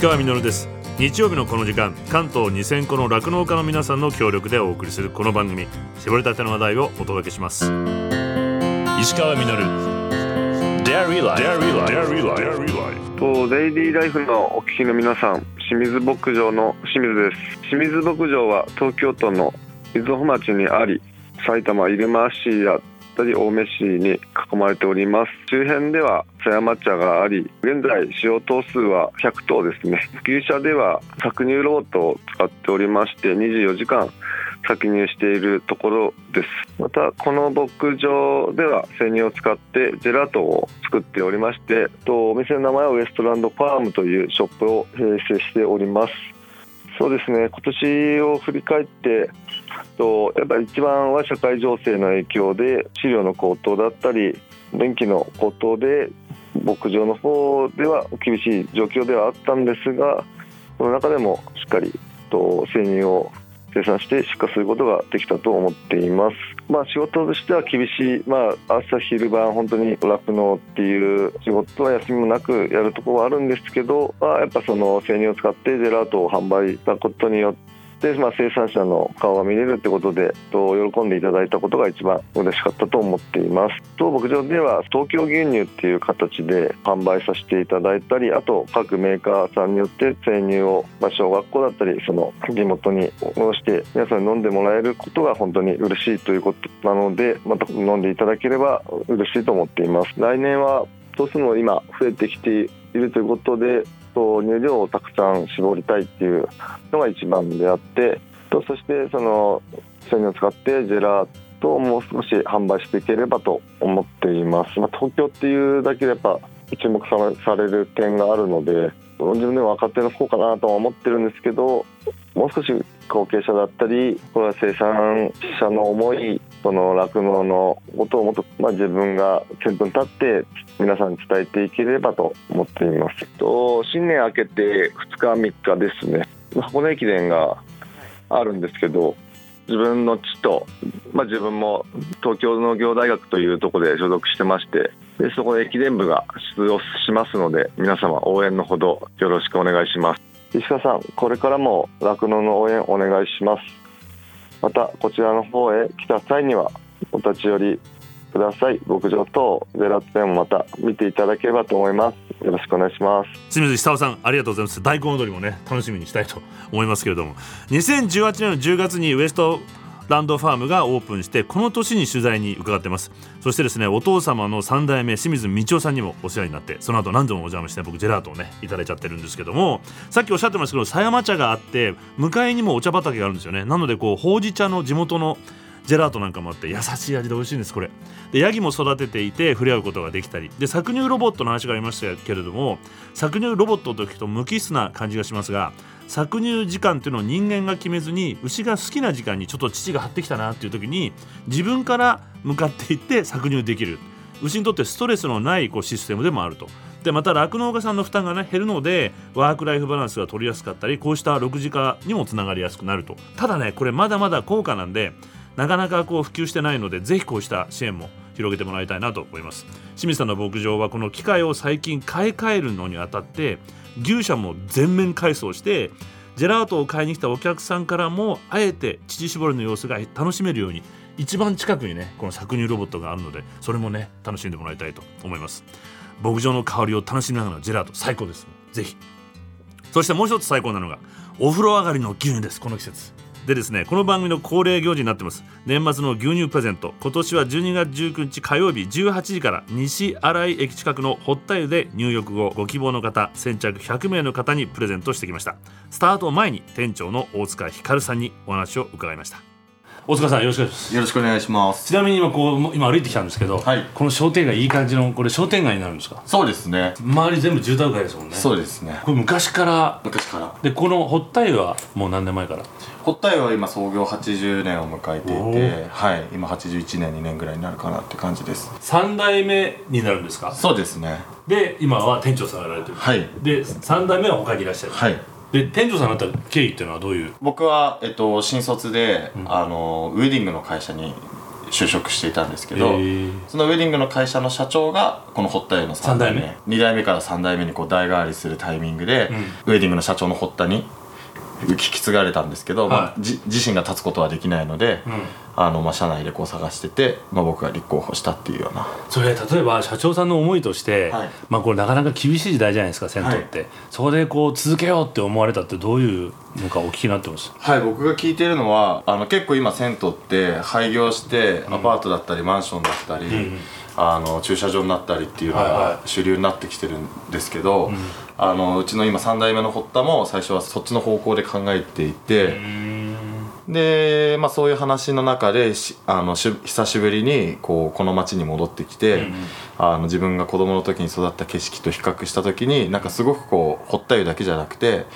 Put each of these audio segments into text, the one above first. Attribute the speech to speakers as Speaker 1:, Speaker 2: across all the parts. Speaker 1: 川実です日曜日のこの時間関東2000個の酪農家の皆さんの協力でお送りするこの番組絞りたての話題をお届けします石川実 Dairy Life Dairy Life Dairy Life
Speaker 2: とデイリーライフのお聞きの皆さん清水牧場の清水です清水牧場は東京都の伊豆穂町にあり埼玉入間市やったり青梅市に囲まれております周辺では狭山茶があり現在使用頭数は100頭ですね牛舎では搾乳ロートを使っておりまして24時間搾乳しているところですまたこの牧場では生乳を使ってジェラートを作っておりましてとお店の名前はウエストランドファームというショップを併設しておりますそうですね今年を振り返ってとやっぱり一番は社会情勢の影響で飼料の高騰だったり電気の高騰で牧場の方では厳しい状況ではあったんですがその中でもしっかりと生乳を生産して出荷することができたと思っています。まあ仕事としては厳しい、まあ朝昼晩本当に酪農っていう仕事は休みもなくやるところはあるんですけど、まあやっぱその生乳を使ってジェラートを販売したことによって、まあ生産者の顔が見れるってことで、と喜んでいただいたことが一番嬉しかったと思っています。と牧場では東京牛乳っていう形で販売させていただいたり、あと各メーカーさんによって生乳を、まあ小学校だったりその地元に卸して皆さんに飲んでもらえることが本当に嬉しいということなので、また飲んでいただければ嬉しいと思っています。来年は頭数も今増えてきているということで、と乳量をたくさん絞りたいっていうのが一番であって、とそしてその生乳を使ってジェラートをもう少し販売していければと思っています。まあ、東京っていうだけでやっぱ注目さされる点があるので、自分でも若手の方かなとは思ってるんですけど、もう少し後継者だったり、これは生産者の思い、その酪農のことをもっと、まあ、自分が先頭に立って皆さんに伝えていければと思っています。と新年明けて2日3日ですね。箱根駅伝があるんですけど自分の地と、まあ、自分も東京農業大学というところで所属してましてでそこで駅伝部が出場しますので皆様応援のほどよろしくお願いします石川さんこれからも酪農の応援お願いしますまたこちらの方へ来た際にはお立ち寄りください牧場等ゼラッテンもまた見ていただければと思いますよろしくお願いします
Speaker 1: 清水久夫さんありがとうございます大根踊りもね楽しみにしたいと思いますけれども2018年の10月にウエストランドファームがオープンしてこの年に取材に伺ってますそしてですねお父様の3代目清水道夫さんにもお世話になってその後何度もお邪魔して僕ジェラートをねいただいちゃってるんですけどもさっきおっしゃってましたけど狭山茶があって向かいにもお茶畑があるんですよねなのでこうほうじ茶の地元のジェラートなんかもあって優しい味で美味しいんですこれでヤギも育てていて触れ合うことができたりで搾乳ロボットの話がありましたけれども搾乳ロボットと聞くと無機質な感じがしますが搾乳時間っていうのを人間が決めずに牛が好きな時間にちょっと乳が張ってきたなっていう時に自分から向かっていって搾乳できる牛にとってストレスのないこうシステムでもあると。でまた酪農家さんの負担が、ね、減るのでワーク・ライフ・バランスが取りやすかったりこうした6次化にもつながりやすくなるとただねこれまだまだ高価なんでなかなかこう普及してないのでぜひこうした支援も広げてもらいたいなと思います清水さんの牧場はこの機械を最近買い替えるのにあたって牛舎も全面改装してジェラートを買いに来たお客さんからもあえて乳搾りの様子が楽しめるように一番近くにねこの搾乳ロボットがあるのでそれもね楽しんでもらいたいと思います牧場の香りを楽しみながらジェラート最高ですぜひそしてもう一つ最高なのがお風呂上がりの牛乳ですこの季節でですねこの番組の恒例行事になってます年末の牛乳プレゼント今年は12月19日火曜日18時から西新井駅近くの堀田湯で入浴後ご希望の方先着100名の方にプレゼントしてきましたスタートを前に店長の大塚光さんにお話を伺いました大塚さんよろしくお願いします
Speaker 3: よろしくお願いします。
Speaker 1: ちなみに今こう今歩いてきたんですけど、
Speaker 3: はい
Speaker 1: この商店街いい感じのこれ商店街になるんですか
Speaker 3: そうですね。
Speaker 1: 周り全部住宅街ですもんね
Speaker 3: そうですね。
Speaker 1: これ昔から
Speaker 3: 昔から。
Speaker 1: でこの堀田湯はもう何年前から
Speaker 3: 堀田屋は今創業80年を迎えて
Speaker 1: お
Speaker 3: いて、はい、今81年、2年ぐらいになるかなって感じです。
Speaker 1: 3代目になるんですか
Speaker 3: そうですね。
Speaker 1: で今は店長さんがやられてる、
Speaker 3: はい。
Speaker 1: で3代目は他にいらっしゃる、
Speaker 3: はい。
Speaker 1: で店長さんになった経緯っていうのはどういう
Speaker 3: 僕は、えっと、新卒で、あの、ウェディングの会社に就職していたんですけ
Speaker 1: え
Speaker 3: ど、
Speaker 1: ー
Speaker 3: そのウェディングの会社の社長がこの堀田屋の3代目
Speaker 1: 三代
Speaker 3: 2代目から3代目にこう代替わりするタイミングで、ウェディングの社長の堀田に引き継がれたんですけど、まあ
Speaker 1: は、い
Speaker 3: じ自身が立つことはできないので、
Speaker 1: うん
Speaker 3: あのまあ、社内でこう探してて、まあ、僕が立候補したっていうような
Speaker 1: それ例えば社長さんの思いとして、
Speaker 3: はい
Speaker 1: まあこれなかなか厳しい時代じゃないですか銭湯って、そこでこう続けようって思われたってどういうのかお聞きになってます
Speaker 3: はい僕が聞いてるのはあの結構今銭湯って廃業してアパートだったりマンションだったり、あの駐車場になったりっていうの
Speaker 1: はい
Speaker 3: が
Speaker 1: は
Speaker 3: 主流になってきてるんですけど、あのうちの今3代目の堀田も最初はそっちの方向で考えていて、で、まあ、そういう話の中でしあのし久しぶりにこうこの町に戻ってきて、あの自分が子供の時に育った景色と比較した時になんかすごくこう堀田湯だけじゃなくて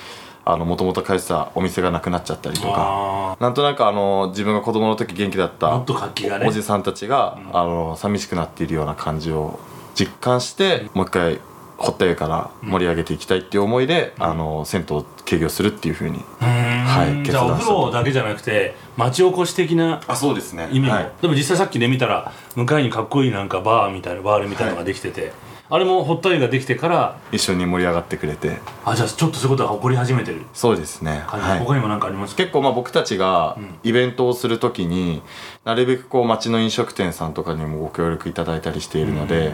Speaker 3: もともと通ってたお店がなくなっちゃったりとか
Speaker 1: あ
Speaker 3: なんとなくあの自分が子供の時元気だっ
Speaker 1: あも
Speaker 3: た
Speaker 1: っと活気がね
Speaker 3: おじさんたちが、あの寂しくなっているような感じを実感して、もう一回堀田湯から盛り上げていきたいっていう思いで、あの銭湯を経業するっていうふうに、
Speaker 1: は
Speaker 3: はい
Speaker 1: じゃあお
Speaker 3: 決断した
Speaker 1: 風呂だけじゃなくて町おこし的な
Speaker 3: あそうですね
Speaker 1: 意味も、
Speaker 3: はい
Speaker 1: でも実際さっきね見たら向かいにかっこいいなんかバーみたいなバールみたいなのができてて、あれも堀田湯ができてから
Speaker 3: 一緒に盛り上がってくれて
Speaker 1: あじゃあちょっとそういうことが起こり始めてる
Speaker 3: そうですね、
Speaker 1: 感じ、
Speaker 3: はい、
Speaker 1: 他にも何かありますか
Speaker 3: 結構まあ僕たちがイベントをするときになるべくこう町の飲食店さんとかにもご協力いただいたりしているので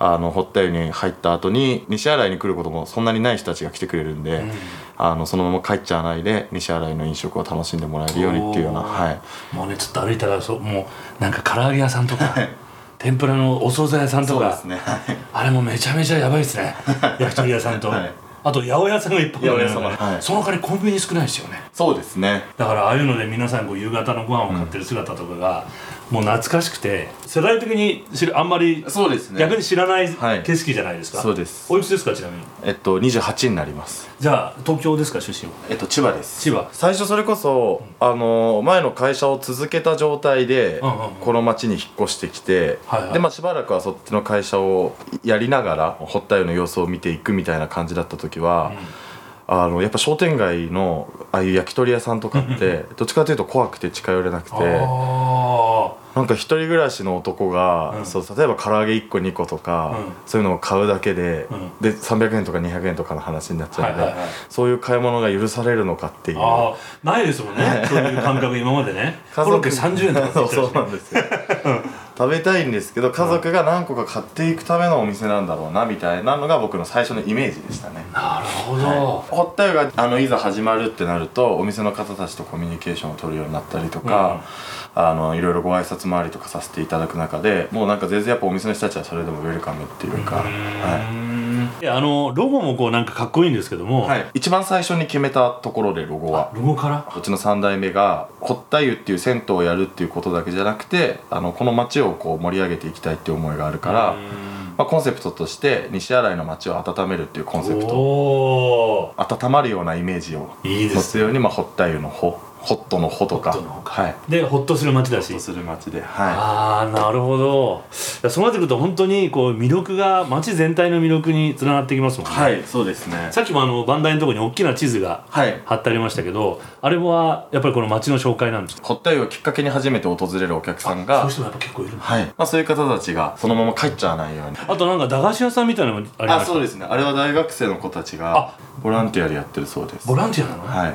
Speaker 3: あの堀田湯に入った後に西新井に来ることもそんなにない人たちが来てくれるんで、あのそのまま帰っちゃわないで西新井の飲食を楽しんでもらえるようにっていうような
Speaker 1: おー
Speaker 3: はい
Speaker 1: もうねちょっと歩いたらそうもうなんか唐揚げ屋さんとか天ぷらのお惣菜屋さんと
Speaker 3: そう
Speaker 1: か
Speaker 3: ですねはい
Speaker 1: あれもめちゃめちゃやばいです ね焼き鳥屋さんと、
Speaker 3: はい
Speaker 1: あと八百屋さんがいっぱいある
Speaker 3: 八百屋さんはい
Speaker 1: その代わりコンビニ少ないですよね
Speaker 3: そうですね
Speaker 1: だからああいうので皆さんこう夕方のご飯を買ってる姿とかが、もう懐かしくて世代的に知るあんまり
Speaker 3: そうです
Speaker 1: 逆に知らない
Speaker 3: はい
Speaker 1: 景色じゃないですか、
Speaker 3: そうです
Speaker 1: おいくつですかちなみに
Speaker 3: えっと28になります
Speaker 1: じゃあ東京ですか出身は
Speaker 3: えっと千葉です
Speaker 1: 千葉
Speaker 3: 最初それこそ、あの前の会社を続けた状態で、
Speaker 1: うんうんうん
Speaker 3: この町に引っ越してきて、
Speaker 1: はいはい
Speaker 3: で、まあ、しばらくはそっちの会社をやりながら堀田湯の様子を見ていくみたいな感じだった時は、あのやっぱ商店街のああいう焼き鳥屋さんとかってどっちかというと怖くて近寄れなくて
Speaker 1: あ
Speaker 3: なんか一人暮らしの男が、
Speaker 1: うん
Speaker 3: そう例えば唐揚げ1個2個とか、
Speaker 1: うん
Speaker 3: そういうのを買うだけで,、
Speaker 1: うん
Speaker 3: で300円とか200円とかの話になっち
Speaker 1: あは
Speaker 3: ゃう
Speaker 1: い
Speaker 3: の
Speaker 1: は
Speaker 3: で、
Speaker 1: いはい
Speaker 3: そういう買い物が許されるのかっていう。
Speaker 1: ああないですもんねそういう感覚今まで ねコロッケ30円とか
Speaker 3: そう
Speaker 1: って言っ
Speaker 3: そう
Speaker 1: た
Speaker 3: な
Speaker 1: ら
Speaker 3: んですよ食べたいんですけど家族が何個か買っていくためのお店なんだろうなみたいなのが僕の最初のイメージでしたね
Speaker 1: なるほど、
Speaker 3: ホッタ湯があのいざ始まるってなるとお店の方たちとコミュニケーションを取るようになったりとか、あのいろいろご挨拶回りとかさせていただく中でもうなんか全然やっぱお店の人たちはそれでもウェルカムっていうか、はい
Speaker 1: であのロゴもこうなんかかっこいいんですけども、
Speaker 3: はい、一番最初に決めたところでロゴは
Speaker 1: ロゴから
Speaker 3: うちの3代目が堀田湯っていう銭湯をやるっていうことだけじゃなくてあのこの町をこう盛り上げていきたいっていう思いがあるから、まあ、コンセプトとして西新井の町を温めるっていうコンセプト
Speaker 1: おー
Speaker 3: 温まるようなイメージを
Speaker 1: いいで
Speaker 3: 持
Speaker 1: す
Speaker 3: つ
Speaker 1: ね
Speaker 3: ようにまあ、堀田湯のほホットのほとか
Speaker 1: ホットのほか
Speaker 3: はい
Speaker 1: でほっとする街だ
Speaker 3: ホッ
Speaker 1: し
Speaker 3: とする町では
Speaker 1: ああなるほどいやそうなってくると本当にこう魅力が街全体の魅力につながってきますもん
Speaker 3: い
Speaker 1: ね、
Speaker 3: はいそうですね
Speaker 1: さっきもあの番台のところに大きな地図が
Speaker 3: はい
Speaker 1: 貼ってありましたけどあれはやっぱりこの街の紹介なんですか
Speaker 3: 堀田湯をきっかけに初めて訪れるお客さん
Speaker 1: そうい
Speaker 3: が
Speaker 1: う人もやっぱ結構いるんだ
Speaker 3: はい、まあ、そういう方たちがそのまま帰っちゃわないように
Speaker 1: あとなんか駄菓子屋さんみたいなのもありま
Speaker 3: あ
Speaker 1: した
Speaker 3: そうですねあれは大学生の子たちが
Speaker 1: あ
Speaker 3: ボランティアでやってるそうです
Speaker 1: ボランティアなの、
Speaker 3: はい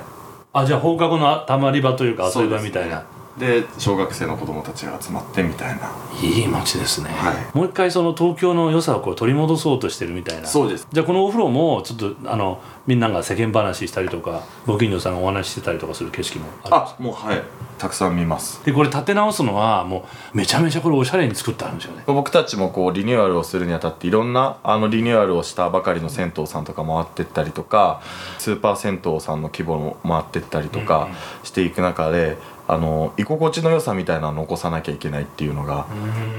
Speaker 1: あじゃあ放課後のたまり場というか遊び場みたいな、
Speaker 3: で小学生の子供たちが集まってみたいない
Speaker 1: い街ですね、
Speaker 3: は
Speaker 1: もう一回その東京の良さをこう取り戻そうとしてるみたいな
Speaker 3: そうです
Speaker 1: じゃあこのお風呂もちょっとあのみんなが世間話したりとかご近所さんがお話ししてたりとかする景色もある
Speaker 3: あもうはいたくさん見ます
Speaker 1: でこれ建て直すのはもうめちゃめちゃこれおしゃれに作ってあるんですよね
Speaker 3: 僕たちもこうリニューアルをするにあたっていろんなあのリニューアルをしたばかりの銭湯さんとか回ってったりとかスーパー銭湯さんの規模も回ってったりとかしていく中で、あの居心地の良さみたいなのを残さなきゃいけないっていうのが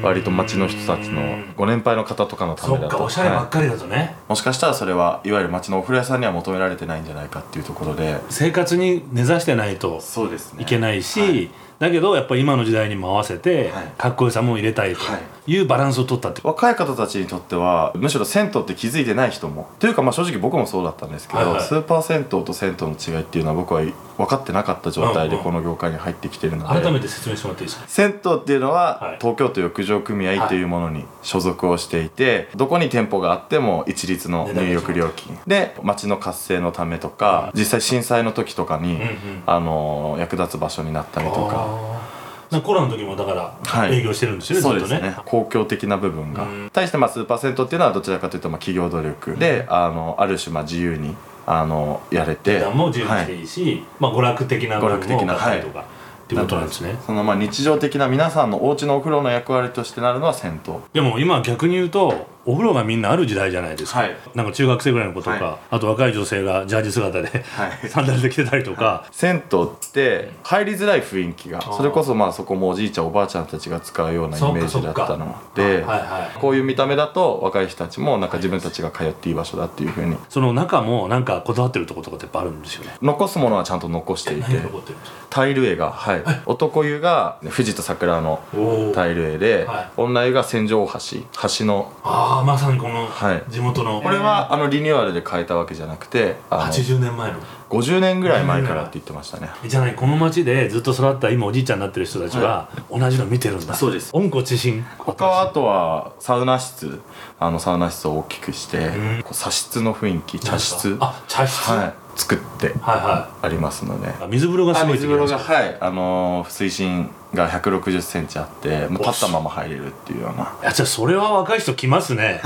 Speaker 3: 割と町の人たちのご年配の方とかのた
Speaker 1: そ
Speaker 3: め
Speaker 1: っ
Speaker 3: だ
Speaker 1: か
Speaker 3: と
Speaker 1: おしゃれば
Speaker 3: は
Speaker 1: っ
Speaker 3: い
Speaker 1: かりだとね、
Speaker 3: もしかしたらそれはいわゆる町のお風呂屋さんには求められてないんじゃないかっていうところで
Speaker 1: 生活に根ざしてないと
Speaker 3: そうですね
Speaker 1: いけないし、だけどやっぱり今の時代にも合わせて
Speaker 3: はい
Speaker 1: かっこよさも入れたいというバランスを取ったってこと
Speaker 3: 若い方たちにとってはむしろ銭湯って気づいてない人もというかまあ正直僕もそうだったんですけど、
Speaker 1: はいはい
Speaker 3: スーパー銭湯と銭湯の違いっていうのは僕は分かってなかった状態で
Speaker 1: うんうん
Speaker 3: この業界に入ってきてるので、
Speaker 1: 改めて説明してもらっていいですか
Speaker 3: 銭湯っていうの
Speaker 1: はい
Speaker 3: は東京都浴場組合というものに所属をしていてどこに店舗があっても一律の入浴料金で町の活性のためとか実際震災の時とかに
Speaker 1: んうん
Speaker 3: あの役立つ場所になったりとか
Speaker 1: あーなんかコロナの時もだから
Speaker 3: はい
Speaker 1: 営業してるんですよね、
Speaker 3: そう
Speaker 1: ず
Speaker 3: で
Speaker 1: っ
Speaker 3: す
Speaker 1: と
Speaker 3: ね公共的な部分が対してまあスーパー銭湯っていうのはどちらかというとまあ企業努力であのある種まあ自由にあのやれて
Speaker 1: 値段も自由に
Speaker 3: は
Speaker 1: し
Speaker 3: い
Speaker 1: ていいし、まあ娯楽的な部分
Speaker 3: 娯楽
Speaker 1: も
Speaker 3: 的な
Speaker 1: 買ったりとか、っていうことなんですね
Speaker 3: そのまあ日常的な皆さんのお家のお風呂の役割としてなるのは銭湯
Speaker 1: でも今逆に言うとお風呂がみんなある時代じゃないですか、
Speaker 3: はい
Speaker 1: なんか中学生ぐらいの子とか、
Speaker 3: は
Speaker 1: あと若い女性がジャージ姿で、
Speaker 3: はい
Speaker 1: サンダルで来てたりとか、
Speaker 3: 銭湯って入りづらい雰囲気が
Speaker 1: ー
Speaker 3: それこそまあそこもおじいちゃんおばあちゃんたちが使うようなイメージだったので
Speaker 1: はいはい
Speaker 3: こういう見た目だと若い人たちもなんか自分たちが通っていい場所だっていうふうに
Speaker 1: その中もなんかこだわってるとことかってやっぱあるんですよね
Speaker 3: 残すものはちゃんと残してい
Speaker 1: 何
Speaker 3: て
Speaker 1: が残ってるんですか
Speaker 3: タイル絵が、はい、男湯が富士と桜の
Speaker 1: お
Speaker 3: タイル絵で、
Speaker 1: はい
Speaker 3: 女湯が千条大橋橋の
Speaker 1: ああまさにこの
Speaker 3: はい
Speaker 1: 地元の、
Speaker 3: これはあのリニューアルで変えたわけじゃなくてあの
Speaker 1: 80年前の
Speaker 3: 50年ぐらい前からって言ってましたね
Speaker 1: じゃないこの町でずっと育った今おじいちゃんになってる人たちは同じの見てるんだ、
Speaker 3: そうです
Speaker 1: 温故知新
Speaker 3: 他はあとはサウナ室あのサウナ室を大きくして、
Speaker 1: うん
Speaker 3: こう茶室の雰囲気茶室
Speaker 1: あ茶室、
Speaker 3: はい、作って
Speaker 1: はいは
Speaker 3: ありますので
Speaker 1: いあ水風呂がす
Speaker 3: あ
Speaker 1: ごい
Speaker 3: 水風呂が
Speaker 1: って
Speaker 3: はいあのー水深が1 6 0ンチあってもう立ったまま入れるっていうよう
Speaker 1: 聞
Speaker 3: な
Speaker 1: きましたいやじゃあそれは若い人来ます ね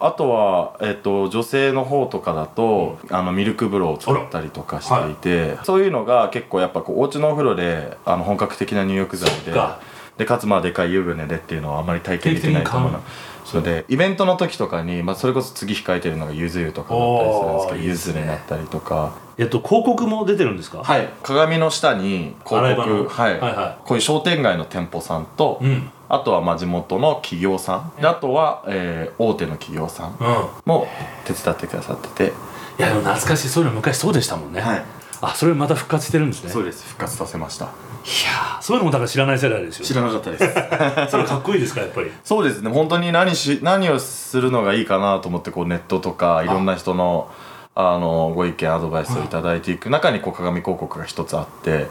Speaker 3: あとは、えっと女性の方とかだと、あのミルク風呂を使ったりとかしていて、そういうのが結構やっぱこうお家のお風呂であの本格的な入浴剤
Speaker 1: そ
Speaker 3: で
Speaker 1: っか
Speaker 3: でかつまあでかい湯船でっていうのはあまり体験できないと思うな
Speaker 1: 定期
Speaker 3: それでイベントの時とかに、まあ、それこそ次控えてるのがゆず湯とかだったりするんですけ
Speaker 1: お
Speaker 3: ど
Speaker 1: ー
Speaker 3: ゆずになったりとか
Speaker 1: えっと広告も出てるんですか
Speaker 3: はい鏡の下に
Speaker 1: 洗い
Speaker 3: 広
Speaker 1: 場の
Speaker 3: 告はい、
Speaker 1: はいは
Speaker 3: こういう商店街の店舗さんと、
Speaker 1: うんうん
Speaker 3: あとはまあ地元の企業さんであとは、えー大手の企業さんも手伝ってくださってて、
Speaker 1: いやでも懐かしいそういうの昔そうでしたもんね、
Speaker 3: はい
Speaker 1: あそれまた復活してるんですね
Speaker 3: うです復活させました
Speaker 1: いやーそういうのもだから知らない世代ですよ
Speaker 3: らなかったです
Speaker 1: それかっこいいですかやっぱり
Speaker 3: そうですね本当に何し何をするのがいいかなと思ってこうネットとかいろんな人のあのご意見アドバイスをいただいていく中にこう鏡広告が一つあって、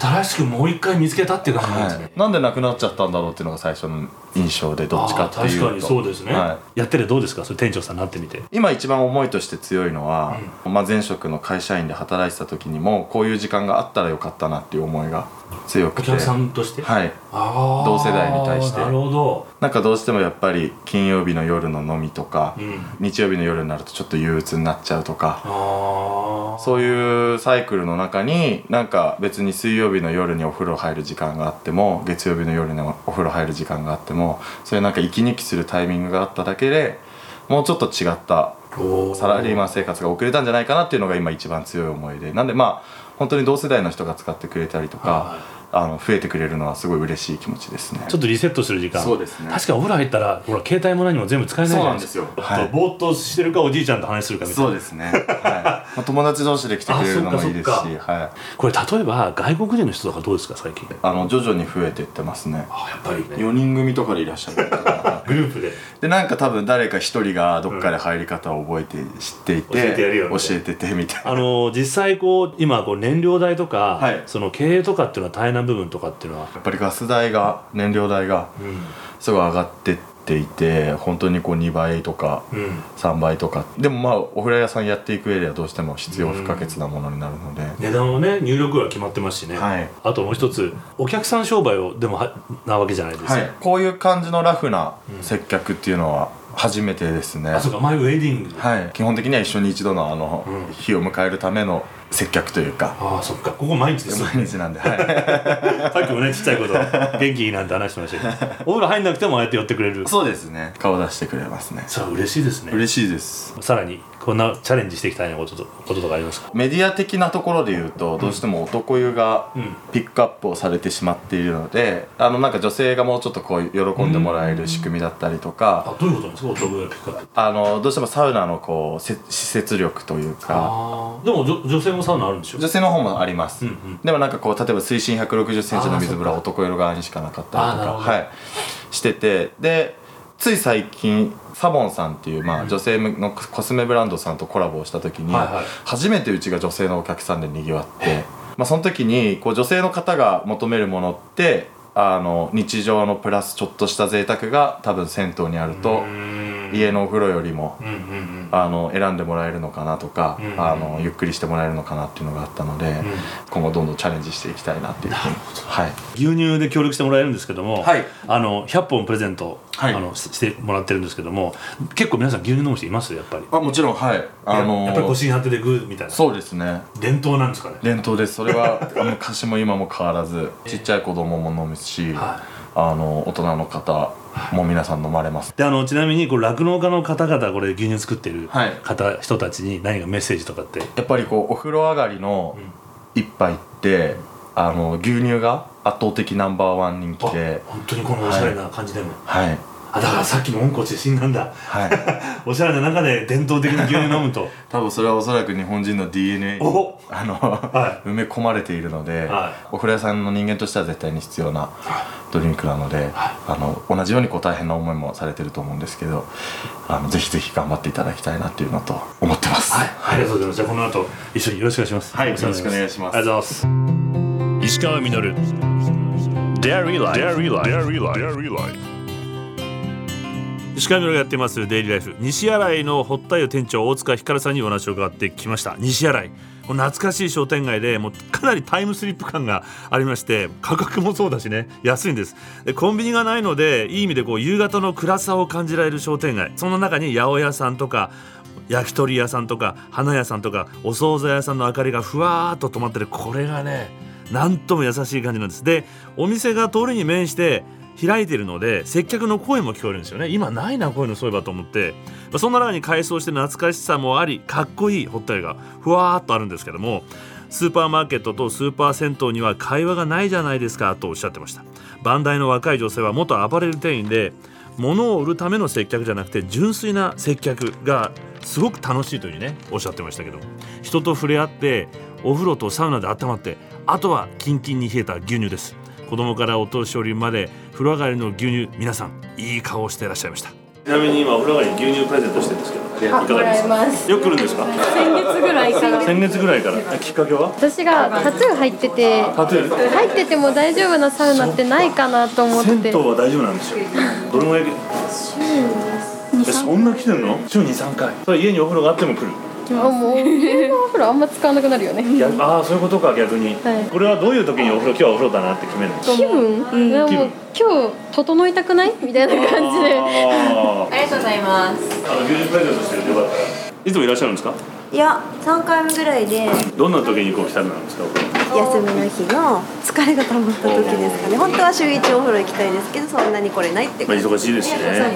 Speaker 1: 新しくもう一回見つけたっていう感じなんですね、
Speaker 3: はい、なんでなくなっちゃったんだろうっていうのが最初の印象でどっちかっていうと
Speaker 1: あー確かにそうですね、
Speaker 3: はい
Speaker 1: やっててどうですかそれ店長さんになってみて
Speaker 3: 今一番思いとして強いのは、まあ、前職の会社員で働いてた時にもこういう時間があったらよかったなっていう思いが強く
Speaker 1: お
Speaker 3: て
Speaker 1: 客さんとして、
Speaker 3: はい
Speaker 1: あー
Speaker 3: 同世代に対して
Speaker 1: なるほど、
Speaker 3: なんかどうしてもやっぱり金曜日の夜の飲みとか、
Speaker 1: うん、
Speaker 3: 日曜日の夜になるとちょっと憂鬱になっちゃうとか、
Speaker 1: ああ
Speaker 3: そういうサイクルの中になんか別に水曜日の夜にお風呂入る時間があっても月曜日の夜にお風呂入る時間があってもそういうなんか息抜きするタイミングがあっただけでもうちょっと違った
Speaker 1: お
Speaker 3: サラリーマ
Speaker 1: ン
Speaker 3: ン生活が遅れたんじゃないかなっていうのが今一番強い思いでなんでまあ本当に同世代の人が使ってくれたりとか、あの増えてくれるのはすごい嬉しい気持ちですね
Speaker 1: ちょっとリセットする時間
Speaker 3: そうですね
Speaker 1: 確かお風呂入ったらほら携帯も何も全部使えないじゃないですか
Speaker 3: よは
Speaker 1: あと
Speaker 3: い
Speaker 1: ぼーっとしてるかおじいちゃんと話するかみたい
Speaker 3: そう
Speaker 1: な
Speaker 3: ですね、はい まあ、友達同士で来てくれるのもいいですし
Speaker 1: あそっかそっ
Speaker 3: はい、
Speaker 1: これ例えば外国人の人とかどうですか最近
Speaker 3: あの徐々に増えていってますね
Speaker 1: あやっぱりね
Speaker 3: 4人組とかでいらっしゃる方 が
Speaker 1: グループで
Speaker 3: でなんか多分誰か一人がどっかで入り方を覚えて知っていて
Speaker 1: 教えてやるよみたい
Speaker 3: 教えててみたいな
Speaker 1: あの実際こう今こう燃料代とか、
Speaker 3: はい
Speaker 1: その経営とかっていうのは大変な部分とかっていうのは、
Speaker 3: やっぱりガス代が燃料代が
Speaker 1: う
Speaker 3: すごい上がってっていて本当にこう2倍とか
Speaker 1: んうん、
Speaker 3: 3倍とかでもまあお風呂屋さんやっていく上ではどうしても必要不可欠なものになるので、
Speaker 1: 値段はね入力は決まってますしね、
Speaker 3: はい
Speaker 1: あともう一つお客さん商売をでもはなわけじゃないですか、
Speaker 3: はい、こういう感じのラフな接客っていうのは初めてですね、
Speaker 1: あそうか前ウェディング、
Speaker 3: はい、基本的には一緒に一度のあの
Speaker 1: うん
Speaker 3: 日を迎えるための接客というか、
Speaker 1: ああそっかここ毎日ですよ
Speaker 3: 毎日なんで、はい、
Speaker 1: さっきもねちっちゃい こと元気いいなんて話してましたけどお風呂入んなくてもああやって寄ってくれる
Speaker 3: そうですね顔出してくれますね
Speaker 1: それは嬉しいですね
Speaker 3: 嬉しいです
Speaker 1: さらにこんなチャレンジしていきたいなこととこととかありますか
Speaker 3: メディア的なところで言うとどうしても男湯が
Speaker 1: うん
Speaker 3: ピックアップをされてしまっているのであのなんか女性がもうちょっとこう喜んでもらえる仕組みだったりとか、
Speaker 1: あどういうことなんですか男がピックアップ
Speaker 3: あのどうしてもサウナのこうせ施設力というか
Speaker 1: あでも女女性もサウナあるんでしょ
Speaker 3: 女性の方もあります、
Speaker 1: うんうん
Speaker 3: でもなんかこう例えば水深1 6 0ンチ
Speaker 1: あ
Speaker 3: の
Speaker 1: ー
Speaker 3: 水風呂は男色側にしかなかったりと
Speaker 1: あーなる
Speaker 3: か、
Speaker 1: ほど
Speaker 3: はい、しててでつい最近サボンさんっていう、まあ、女性のコスメブランドさんとコラボをした時に、
Speaker 1: はいはい
Speaker 3: 初めてうちが女性のお客さんでにぎわってまあ、その時にこう女性の方が求めるものってあの日常のプラスちょっとした贅沢が多分銭湯にあると家のお風呂よりも
Speaker 4: うんうんうん
Speaker 3: あの選んでもらえるのかなとか、
Speaker 4: うん
Speaker 3: あのゆっくりしてもらえるのかなっていうのがあったので、今後どんどんチャレンジしていきたいなっていうふうにはい
Speaker 4: 牛乳で協力してもらえるんですけども、
Speaker 3: はい
Speaker 4: あの100本プレゼント、
Speaker 3: はい
Speaker 4: あのししてもらってるんですけども結構皆さん牛乳飲む人いますやっぱり
Speaker 3: あもちろんはいあの
Speaker 4: ややっぱり腰に張っててグーみたいな
Speaker 3: そうですね
Speaker 4: 伝統なんですかね
Speaker 3: 伝統ですそれは昔も今も変わらずちっちゃい子供も飲むし、
Speaker 4: は
Speaker 3: あの大人の方も皆さん飲まれます
Speaker 4: であのちなみにこう酪農家の方々これ牛乳作ってる
Speaker 3: はい
Speaker 4: 方、人たちに何かメッセージとかって
Speaker 3: やっぱりこうお風呂上がりの一杯って、あの牛乳が圧倒的ナンバーワン人気で
Speaker 4: 本当にこのおしゃれな感じでも、
Speaker 3: はい
Speaker 4: あだからさっきの温故知新なんだ
Speaker 3: はい
Speaker 4: おしゃれな中で伝統的に牛乳飲むと
Speaker 3: 多分それはおそらく日本人の DNA に
Speaker 4: お
Speaker 3: あの、
Speaker 4: は
Speaker 3: 埋め込まれているので、
Speaker 4: は
Speaker 3: お風呂屋さんの人間としては絶対に必要なドリンクなので、あの同じようにこう大変な思いもされてると思うんですけどあのぜひぜひ頑張っていただきたいなっていうのと思ってます、
Speaker 4: ありがとうございますじゃあこの後一緒によろしくお願いします
Speaker 3: はいよろしくお願いします
Speaker 4: ありがとうございます石川みのる Dairy Life Dairy Life Dairy Life
Speaker 1: 石川みのるがやってますデイリーライフ西新井の堀田湯店長大塚ひかるさんにお話を伺ってきました西新井この懐かしい商店街でもうかなりタイムスリップ感がありまして価格もそうだしね安いんですでコンビニがないのでいい意味でこう夕方の暗さを感じられる商店街その中に八百屋さんとか焼き鳥屋さんとか花屋さんとかお惣菜屋さんの明かりがふわーっと止まってるこれがねなんとも優しい感じなんですでお店が通りに面して開いてるので接客の声も聞こえるんですよね今ないなこういうのそういえばと思ってまあそんな中に改装して懐かしさもありかっこいいホッタルがふわーっとあるんですけどもスーパーマーケットとスーパー銭湯には会話がないじゃないですかとおっしゃってましたバンダイの若い女性は元アパレル店員で物を売るための接客じゃなくて純粋な接客がすごく楽しいというふうにねおっしゃってましたけど人と触れ合ってお風呂とサウナで温まってあとはキンキンに冷えた牛乳です子供からお年寄りまで風呂上がりの牛乳皆さんいい顔をしていらっしゃいましたちなみに今お風呂上がりに牛乳プレゼントしてるんですけどいか
Speaker 5: もらえます
Speaker 1: よく来るんですか
Speaker 5: 先月ぐらいから
Speaker 1: 先月ぐらいからきっかけは
Speaker 5: 私がタトゥー入ってて
Speaker 1: タトゥー
Speaker 5: 入ってても大丈夫なサウナってないかなと思っ
Speaker 1: 銭
Speaker 5: て
Speaker 1: 湯は大丈夫なんですよどれぐらいえそんな来てんの週23回それ家にお風呂があっても来る
Speaker 5: あもうお風呂あんま使わなくなるよね
Speaker 1: 逆ああそういうことか逆に、
Speaker 5: はい
Speaker 1: これはどういう時にお風呂今日はお風呂だなって決めるの
Speaker 5: 気分、いやもう今日整いたくないみたいな感じ で
Speaker 1: あ
Speaker 6: ありがとうございます。
Speaker 1: ーあの90プレゼントしてるんでよかったらいつもいらっしゃるんですか
Speaker 6: いや、三回目ぐらいで
Speaker 1: どんな時にこう来たくなるんですかお風呂
Speaker 6: 休みの日の疲れが溜まった時ですかね。本当は週一お風呂行きたいですけど、そんなに来れないって
Speaker 1: まあ
Speaker 6: 感じ。
Speaker 1: 忙しいですしね
Speaker 6: そうですね。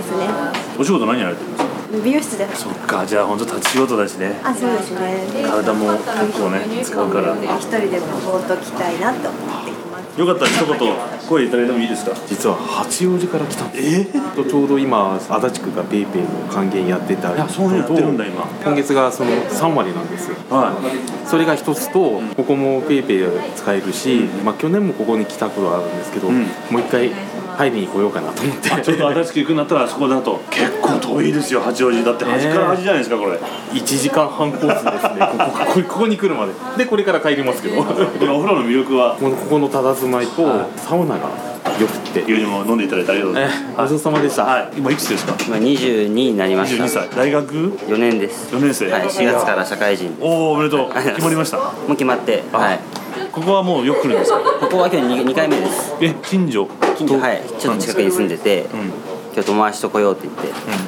Speaker 1: お仕事何やられてるんですか
Speaker 6: 美容室で。
Speaker 1: そっかじゃあ本当立ち仕事だしね
Speaker 6: あ、そうですね。
Speaker 1: 体も結構ね使うから
Speaker 6: 一人でもぼーっと来たいなと思ってきます。
Speaker 1: よかったら一言声いただいてもいいですか
Speaker 7: 実は八王子から来たんです
Speaker 1: え
Speaker 7: ちょうど今足立区がペイペイの還元やってたり
Speaker 1: そうやってるんだ今
Speaker 7: 今月がその3割なんですよ
Speaker 1: はい
Speaker 7: それが一つとここもペイペイで使えるし、まあ、去年もここに来たことはあるんですけど、
Speaker 1: ん
Speaker 7: もう一回入りに来ようかなと思って
Speaker 1: あちょっと足立区行くんだったらあそこだと結構遠いですよ八王子だって端から端じゃないですかこれ
Speaker 7: 1時間半コース ですねここここここに来るまででこれから帰りますけどこ
Speaker 1: このお風呂の魅力は
Speaker 7: のここの佇まいとサウナがよくって、
Speaker 1: 牛乳も飲んでいただいてありがとうござい
Speaker 7: え
Speaker 1: ます
Speaker 7: ごちそうさまでした、
Speaker 1: はい今いくつですか
Speaker 8: 今22になりました
Speaker 1: 22歳大学
Speaker 8: 4年です
Speaker 1: 4年生
Speaker 8: はい4月から社会人で
Speaker 1: おおおめでとう決まりましたこ
Speaker 8: もう決まってはい
Speaker 1: こはもうよく来るんですか
Speaker 8: ここは今日 2, 回目です
Speaker 1: え近所
Speaker 8: 近所はいちょっと近くに住んでて、今日友達と来ようって言って、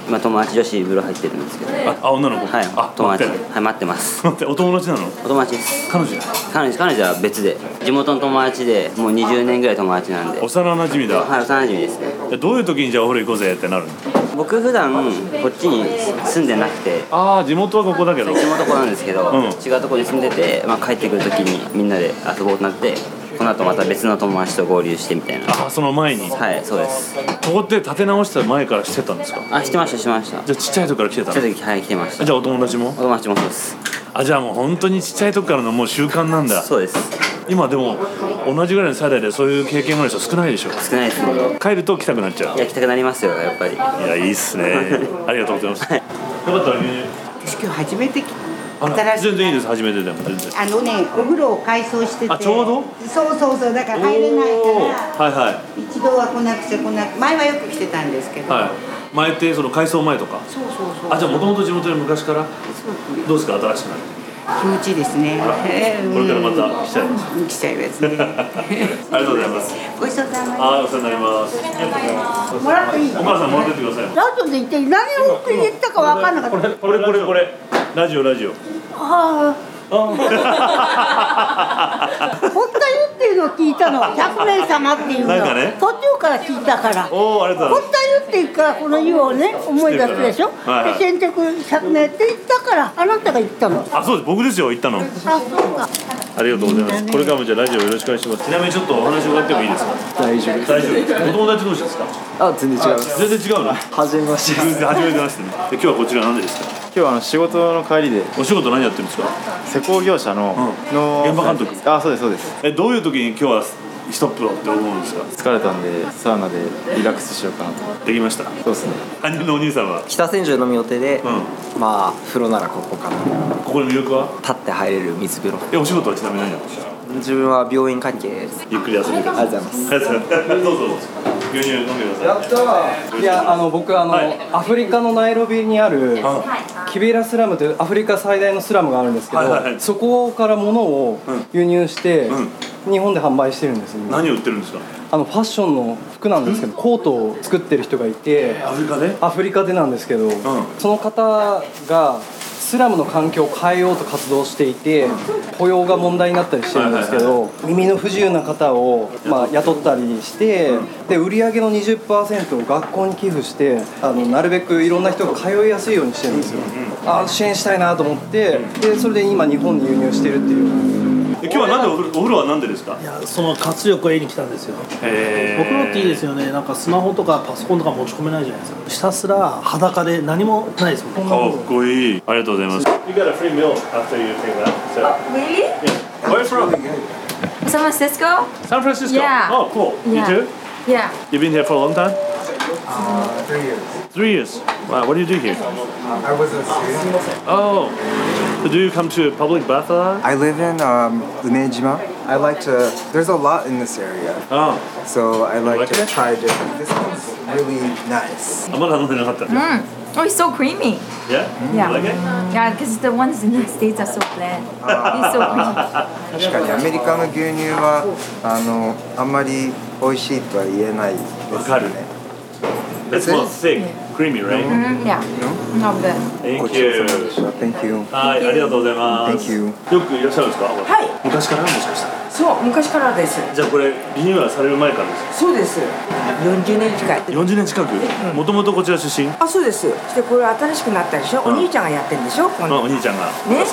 Speaker 8: 今友達女子風呂入ってるんですけどはい
Speaker 1: ああ女の子あ
Speaker 8: 友
Speaker 1: 待
Speaker 8: 達
Speaker 1: っ
Speaker 8: で
Speaker 1: て
Speaker 8: はい待ってます
Speaker 1: 待ってお友達なの
Speaker 8: お友達です
Speaker 1: 彼女
Speaker 8: 彼女彼女は別で地元の友達でもう20年ぐらい友達なんではい
Speaker 1: 幼馴染だ
Speaker 8: 幼馴染ですね
Speaker 1: えどういう時にじゃあお風呂行こうぜってなるの
Speaker 8: 僕普段こっちに住んでなくて
Speaker 1: ああ地元はここだけど
Speaker 8: 地元ここなんですけど、
Speaker 1: うん
Speaker 8: 違うところに住んでて、まあ、帰ってくるときにみんなで遊ぼうとなってこの後また別の友達と合流してみたいな
Speaker 1: あその前にこ
Speaker 8: はいそうです
Speaker 1: こって建て直した前からしてたんですか
Speaker 8: あしてましたしてましたち
Speaker 1: じゃあちっちゃい時から来てた
Speaker 8: ょっ
Speaker 1: の
Speaker 8: とはい来てました
Speaker 1: じゃあお友達も
Speaker 8: お友達もそうです
Speaker 1: あじゃあもう本当にちっちゃい時からのもう習慣なんだ
Speaker 8: そうです
Speaker 1: 今でも同じぐらいの世代でそういう経験がある人少ないでしょ
Speaker 8: 少ないですね
Speaker 1: 帰ると来たくなっちゃう
Speaker 8: いや来たくなりますよやっぱり
Speaker 1: いやいいっすねありがとうございますよかったら牛乳
Speaker 9: 私今日初めて来
Speaker 6: 新しく
Speaker 7: 全然いいです初めてでも全然
Speaker 6: あのねお風呂を改装してて
Speaker 7: あちょうど
Speaker 6: そうそうそうだから入れない
Speaker 7: おー
Speaker 6: から
Speaker 7: はいはい
Speaker 6: 一度は来なくちゃ来なく前はよく来てたんですけど、
Speaker 7: はい前ってその改装前とか
Speaker 6: そうそうそう
Speaker 7: あじゃあもともと地元で昔からどうですか新しくなって
Speaker 6: 気持ちいいですね、えー
Speaker 7: これからまた来ちゃいま
Speaker 6: うん来ちゃいますね
Speaker 7: ありがとうございます
Speaker 6: ごちそうさま
Speaker 7: あーお世話になります
Speaker 6: ですもらっていい
Speaker 7: お母さんもらってってください
Speaker 6: ラジオで言って何を言ったか分かんなかった
Speaker 7: これこれこれラジオラジオ
Speaker 6: ああ。堀田湯っていうのを聞いた の、百名様っていうの。
Speaker 7: なんかね
Speaker 6: 途中から聞いたから。堀
Speaker 7: おおありがとうございま
Speaker 6: 田湯っていうから、この湯をね、思い出すでしょ
Speaker 7: 知ってるからはい
Speaker 6: で、
Speaker 7: は
Speaker 6: 先着百名って言ったから、あなたが言ったの。
Speaker 7: すあそうです僕ですよ行ったの
Speaker 6: あ、そうか。
Speaker 7: ありがとうございます。これからもじゃあラジオよろしくお願いします。ちなみにちょっとお話伺ってもいいですか。
Speaker 8: 大丈夫です
Speaker 7: 大丈夫です。お友達同士ですか。
Speaker 8: あ全然違います
Speaker 7: 全然違うの。
Speaker 8: 初めましてです
Speaker 7: 全然初めて話してね。で今日はこちら何でですか。
Speaker 8: 今日はあの仕事の帰りで
Speaker 7: お仕事何やってるんですか。
Speaker 8: 施工業者の、の
Speaker 7: 現場監督
Speaker 8: あそうですそうです
Speaker 7: えどういう時に今日はストップだって思うんですか。
Speaker 8: 疲れたんでサウナでリラックスしようかなと
Speaker 7: できました。
Speaker 8: そうですね
Speaker 7: 他人のお兄さんは。
Speaker 8: 北千住飲む予定で、
Speaker 7: う
Speaker 8: まあ風呂ならここかな
Speaker 7: ここの魅力は。
Speaker 8: 立って入れる水風呂
Speaker 7: えお仕事はちなみに何やってるんですか。
Speaker 8: 自分は病院関係です
Speaker 7: ゆっくり休んでください。
Speaker 8: ありがとうございます
Speaker 7: ありがとうございます。どうぞどうぞ。牛乳飲んでください。
Speaker 8: いやあの僕あの、アフリカのナイロビにあるキベラスラムというアフリカ最大のスラムがあるんですけど、
Speaker 7: はいはいはい
Speaker 8: そこから物を輸入して、日本で販売してるんですよ今
Speaker 7: 何を売ってるんですか。
Speaker 8: あのファッションの服なんですけど、コートを作ってる人がいて
Speaker 7: アフリカで。
Speaker 8: アフリカでなんですけど、その方がスラムの環境を変えようと活動していて雇用が問題になったりしてるんですけど耳の不自由な方をまあ雇ったりしてで売り上げの20%を学校に寄付してあのなるべくいろんな人が通いやすいようにしてるんですよあ支援したいなと思ってでそれで今日本に輸入してるっていう
Speaker 7: え今日はなんでお風呂お風呂はなんでですか。
Speaker 10: その活力を得に来たんですよ
Speaker 7: え
Speaker 10: お風呂っていいですよねなんかスマホとかパソコンとか持ち込めないじゃないですかひたすら裸で何もないですもんね
Speaker 7: かっこいい。ありがとうございます。You got a free meal after you take that. So,
Speaker 5: Really?
Speaker 7: yeah. Where from?
Speaker 5: San Francisco?
Speaker 7: San Francisco.
Speaker 5: Yeah.
Speaker 7: Oh, cool.
Speaker 5: Yeah.
Speaker 7: You too?
Speaker 5: Yeah.
Speaker 7: You've been here for a long time? Uh, three years. Three years. Wow. What do you do here?
Speaker 8: I was a student
Speaker 7: Oh. So do you come to public bath a lot?
Speaker 8: I live in um, Umejima I like to there's a lot in this area
Speaker 7: Oh.
Speaker 8: So I like,
Speaker 7: like
Speaker 8: to
Speaker 7: it?
Speaker 8: try different. This one's really nice.
Speaker 7: あまだ飲んでなかった。
Speaker 5: Oh, it's so creamy.
Speaker 7: Yeah?
Speaker 5: Yeah.
Speaker 7: You like it?
Speaker 5: Yeah, because the ones in the States are so bland. It's so creamy.
Speaker 8: 確かにアメリカの牛乳はあのあんまり美味しいとは言えないで
Speaker 7: わ
Speaker 8: す
Speaker 7: かる
Speaker 8: ね。
Speaker 7: It's more thick, creamy, right?
Speaker 5: Mm, yeah. Not bad.
Speaker 7: Thank you.
Speaker 8: でしょ Thank you.
Speaker 7: はい、ありがとうございます。
Speaker 8: Thank you.
Speaker 7: よくいらっしゃるんですか
Speaker 6: はい
Speaker 7: 昔からもしかした
Speaker 6: そう、昔からです。
Speaker 7: ら。じゃあこれ、リニューアルされる前からですか
Speaker 6: そうです。四十年近い。
Speaker 7: ?40 年近くもともとこちら出身
Speaker 6: あ、そうです。してこれ新しくなったでしょ。お兄ちゃんがやってるんでしょ。今
Speaker 7: の
Speaker 6: 度
Speaker 7: お兄ちゃんが。
Speaker 6: ね
Speaker 7: はい、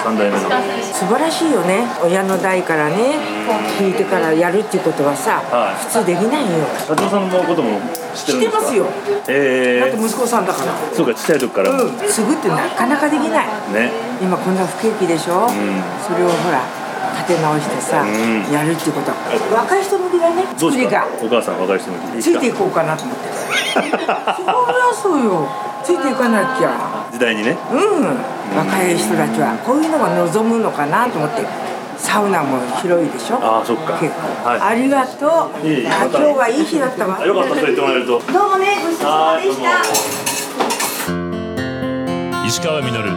Speaker 7: 三代目の。
Speaker 6: 素晴らしいよね。親の代からね、聞いてからやるっていうことはさ、
Speaker 7: はい
Speaker 6: 普通できないよ。
Speaker 7: 社長さんのことも知ってるんで
Speaker 6: 知って
Speaker 7: すか
Speaker 6: ますよ
Speaker 7: え
Speaker 6: だっ
Speaker 7: え
Speaker 6: て息子さんだから。
Speaker 7: そうか小さい時から、
Speaker 6: うん、すぐってなかなかできない
Speaker 7: ね
Speaker 6: 今こんな不景気でしょ、それをほら立て直してさ、
Speaker 7: ん
Speaker 6: やるっていうこと若い人向きだね
Speaker 7: どう
Speaker 6: 作り
Speaker 7: ですか
Speaker 6: が
Speaker 7: お母さん若い人もいい
Speaker 6: ついて
Speaker 7: で
Speaker 6: い
Speaker 7: す
Speaker 6: こうかなと思って そり
Speaker 7: か
Speaker 6: ゃそうよついていかなきゃ
Speaker 7: 時代にね
Speaker 6: うん、若い人たちはこういうのが望むのかなと思ってサウナも広いでしょ
Speaker 7: ああそっか
Speaker 6: 結構、
Speaker 7: はい
Speaker 6: ありがとう
Speaker 7: いえいえ
Speaker 6: あ今日はいい日だったわ
Speaker 7: あよかったそう言ってもらえると
Speaker 6: どうもねごちそうさまでし
Speaker 7: は
Speaker 6: た
Speaker 7: いどうも
Speaker 11: 石川みのる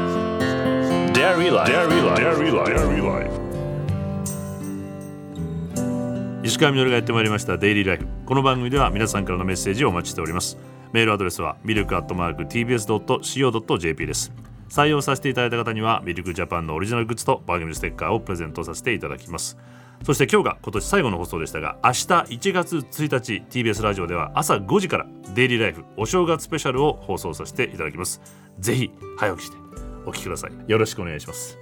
Speaker 11: Dairy Life Dairy Life Dairy Life
Speaker 1: 石川みのるがやってまいりましたデイリーライフこの番組では皆さんからのメッセージをお待ちしておりますメールアドレスはミルクアットマーク TBS.CO.JP です採用させていただいた方にはミルクジャパンのオリジナルグッズと番組ステッカーをプレゼントさせていただきますそして今日が今年最後の放送でしたが明日1月1日 TBS ラジオでは朝5時からデイリーライフお正月スペシャルを放送させていただきますぜひ早起きしてお聞きくださいよろしくお願いします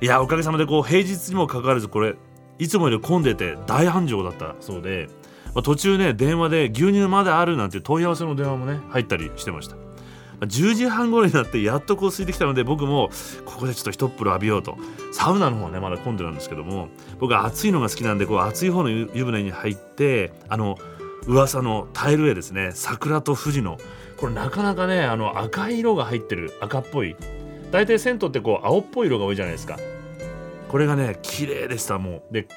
Speaker 1: いやおかげさまでこう平日にもかかわらずこれいつもより混んでて大繁盛だったそうで、まあ、途中ね電話で牛乳まだあるなんて問い合わせの電話もね入ったりしてました、まあ10時半頃になってやっとこう空いてきたので僕もここでちょっと一っ風呂浴びようとサウナの方はねまだ混んでるんですけども僕は暑いのが好きなんでこう暑い方の湯湯船に入ってあの噂のタイル絵ですね桜と富士のこれなかなかねあの赤い色が入ってる赤っぽい大体銭湯ってこう青っぽい色が多いじゃないですかこれがね綺麗でしたもうで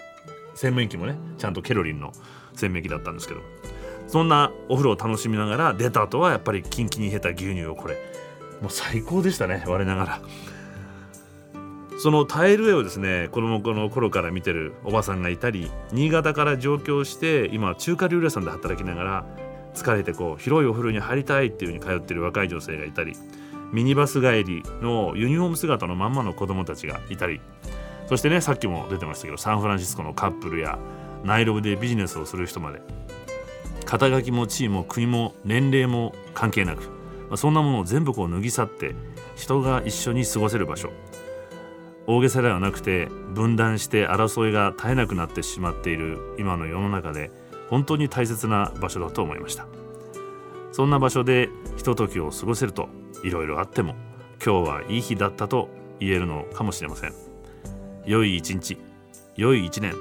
Speaker 1: 洗面器もねちゃんとケロリンの洗面器だったんですけどそんなお風呂を楽しみながら出た後はやっぱりキンキンに冷えた牛乳をこれもう最高でしたね我ながらそのタイル絵をですね子供の頃から見てるおばさんがいたり新潟から上京して今中華料理屋さんで働きながら疲れてこう広いお風呂に入りたいっていう風に通ってる若い女性がいたりミニバス帰りのユニフォーム姿のまんまの子供たちがいたりそしてねさっきも出てましたけどサンフランシスコのカップルやナイロブでビジネスをする人まで肩書きも地位も国も年齢も関係なく、まあ、そんなものを全部こう脱ぎ去って人が一緒に過ごせる場所大げさではなくて分断して争いが絶えなくなってしまっている今の世の中で本当に大切な場所だと思いましたそんな場所でひとときを過ごせるといろいろあっても今日はいい日だったと言えるのかもしれません良い一日良い一年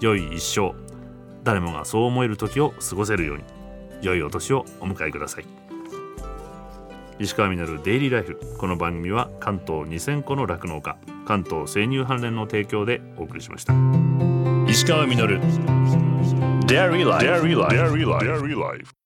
Speaker 1: 良い一生誰もがそう思える時を過ごせるように良いお年をお迎えください石川みなるデイリーライフこの番組は関東2000個の酪農家関東生乳関連の提供でお送りしました石川みのる
Speaker 12: Dairy Life.
Speaker 1: Dairy Life.
Speaker 12: Dairy Life. Dairy Life.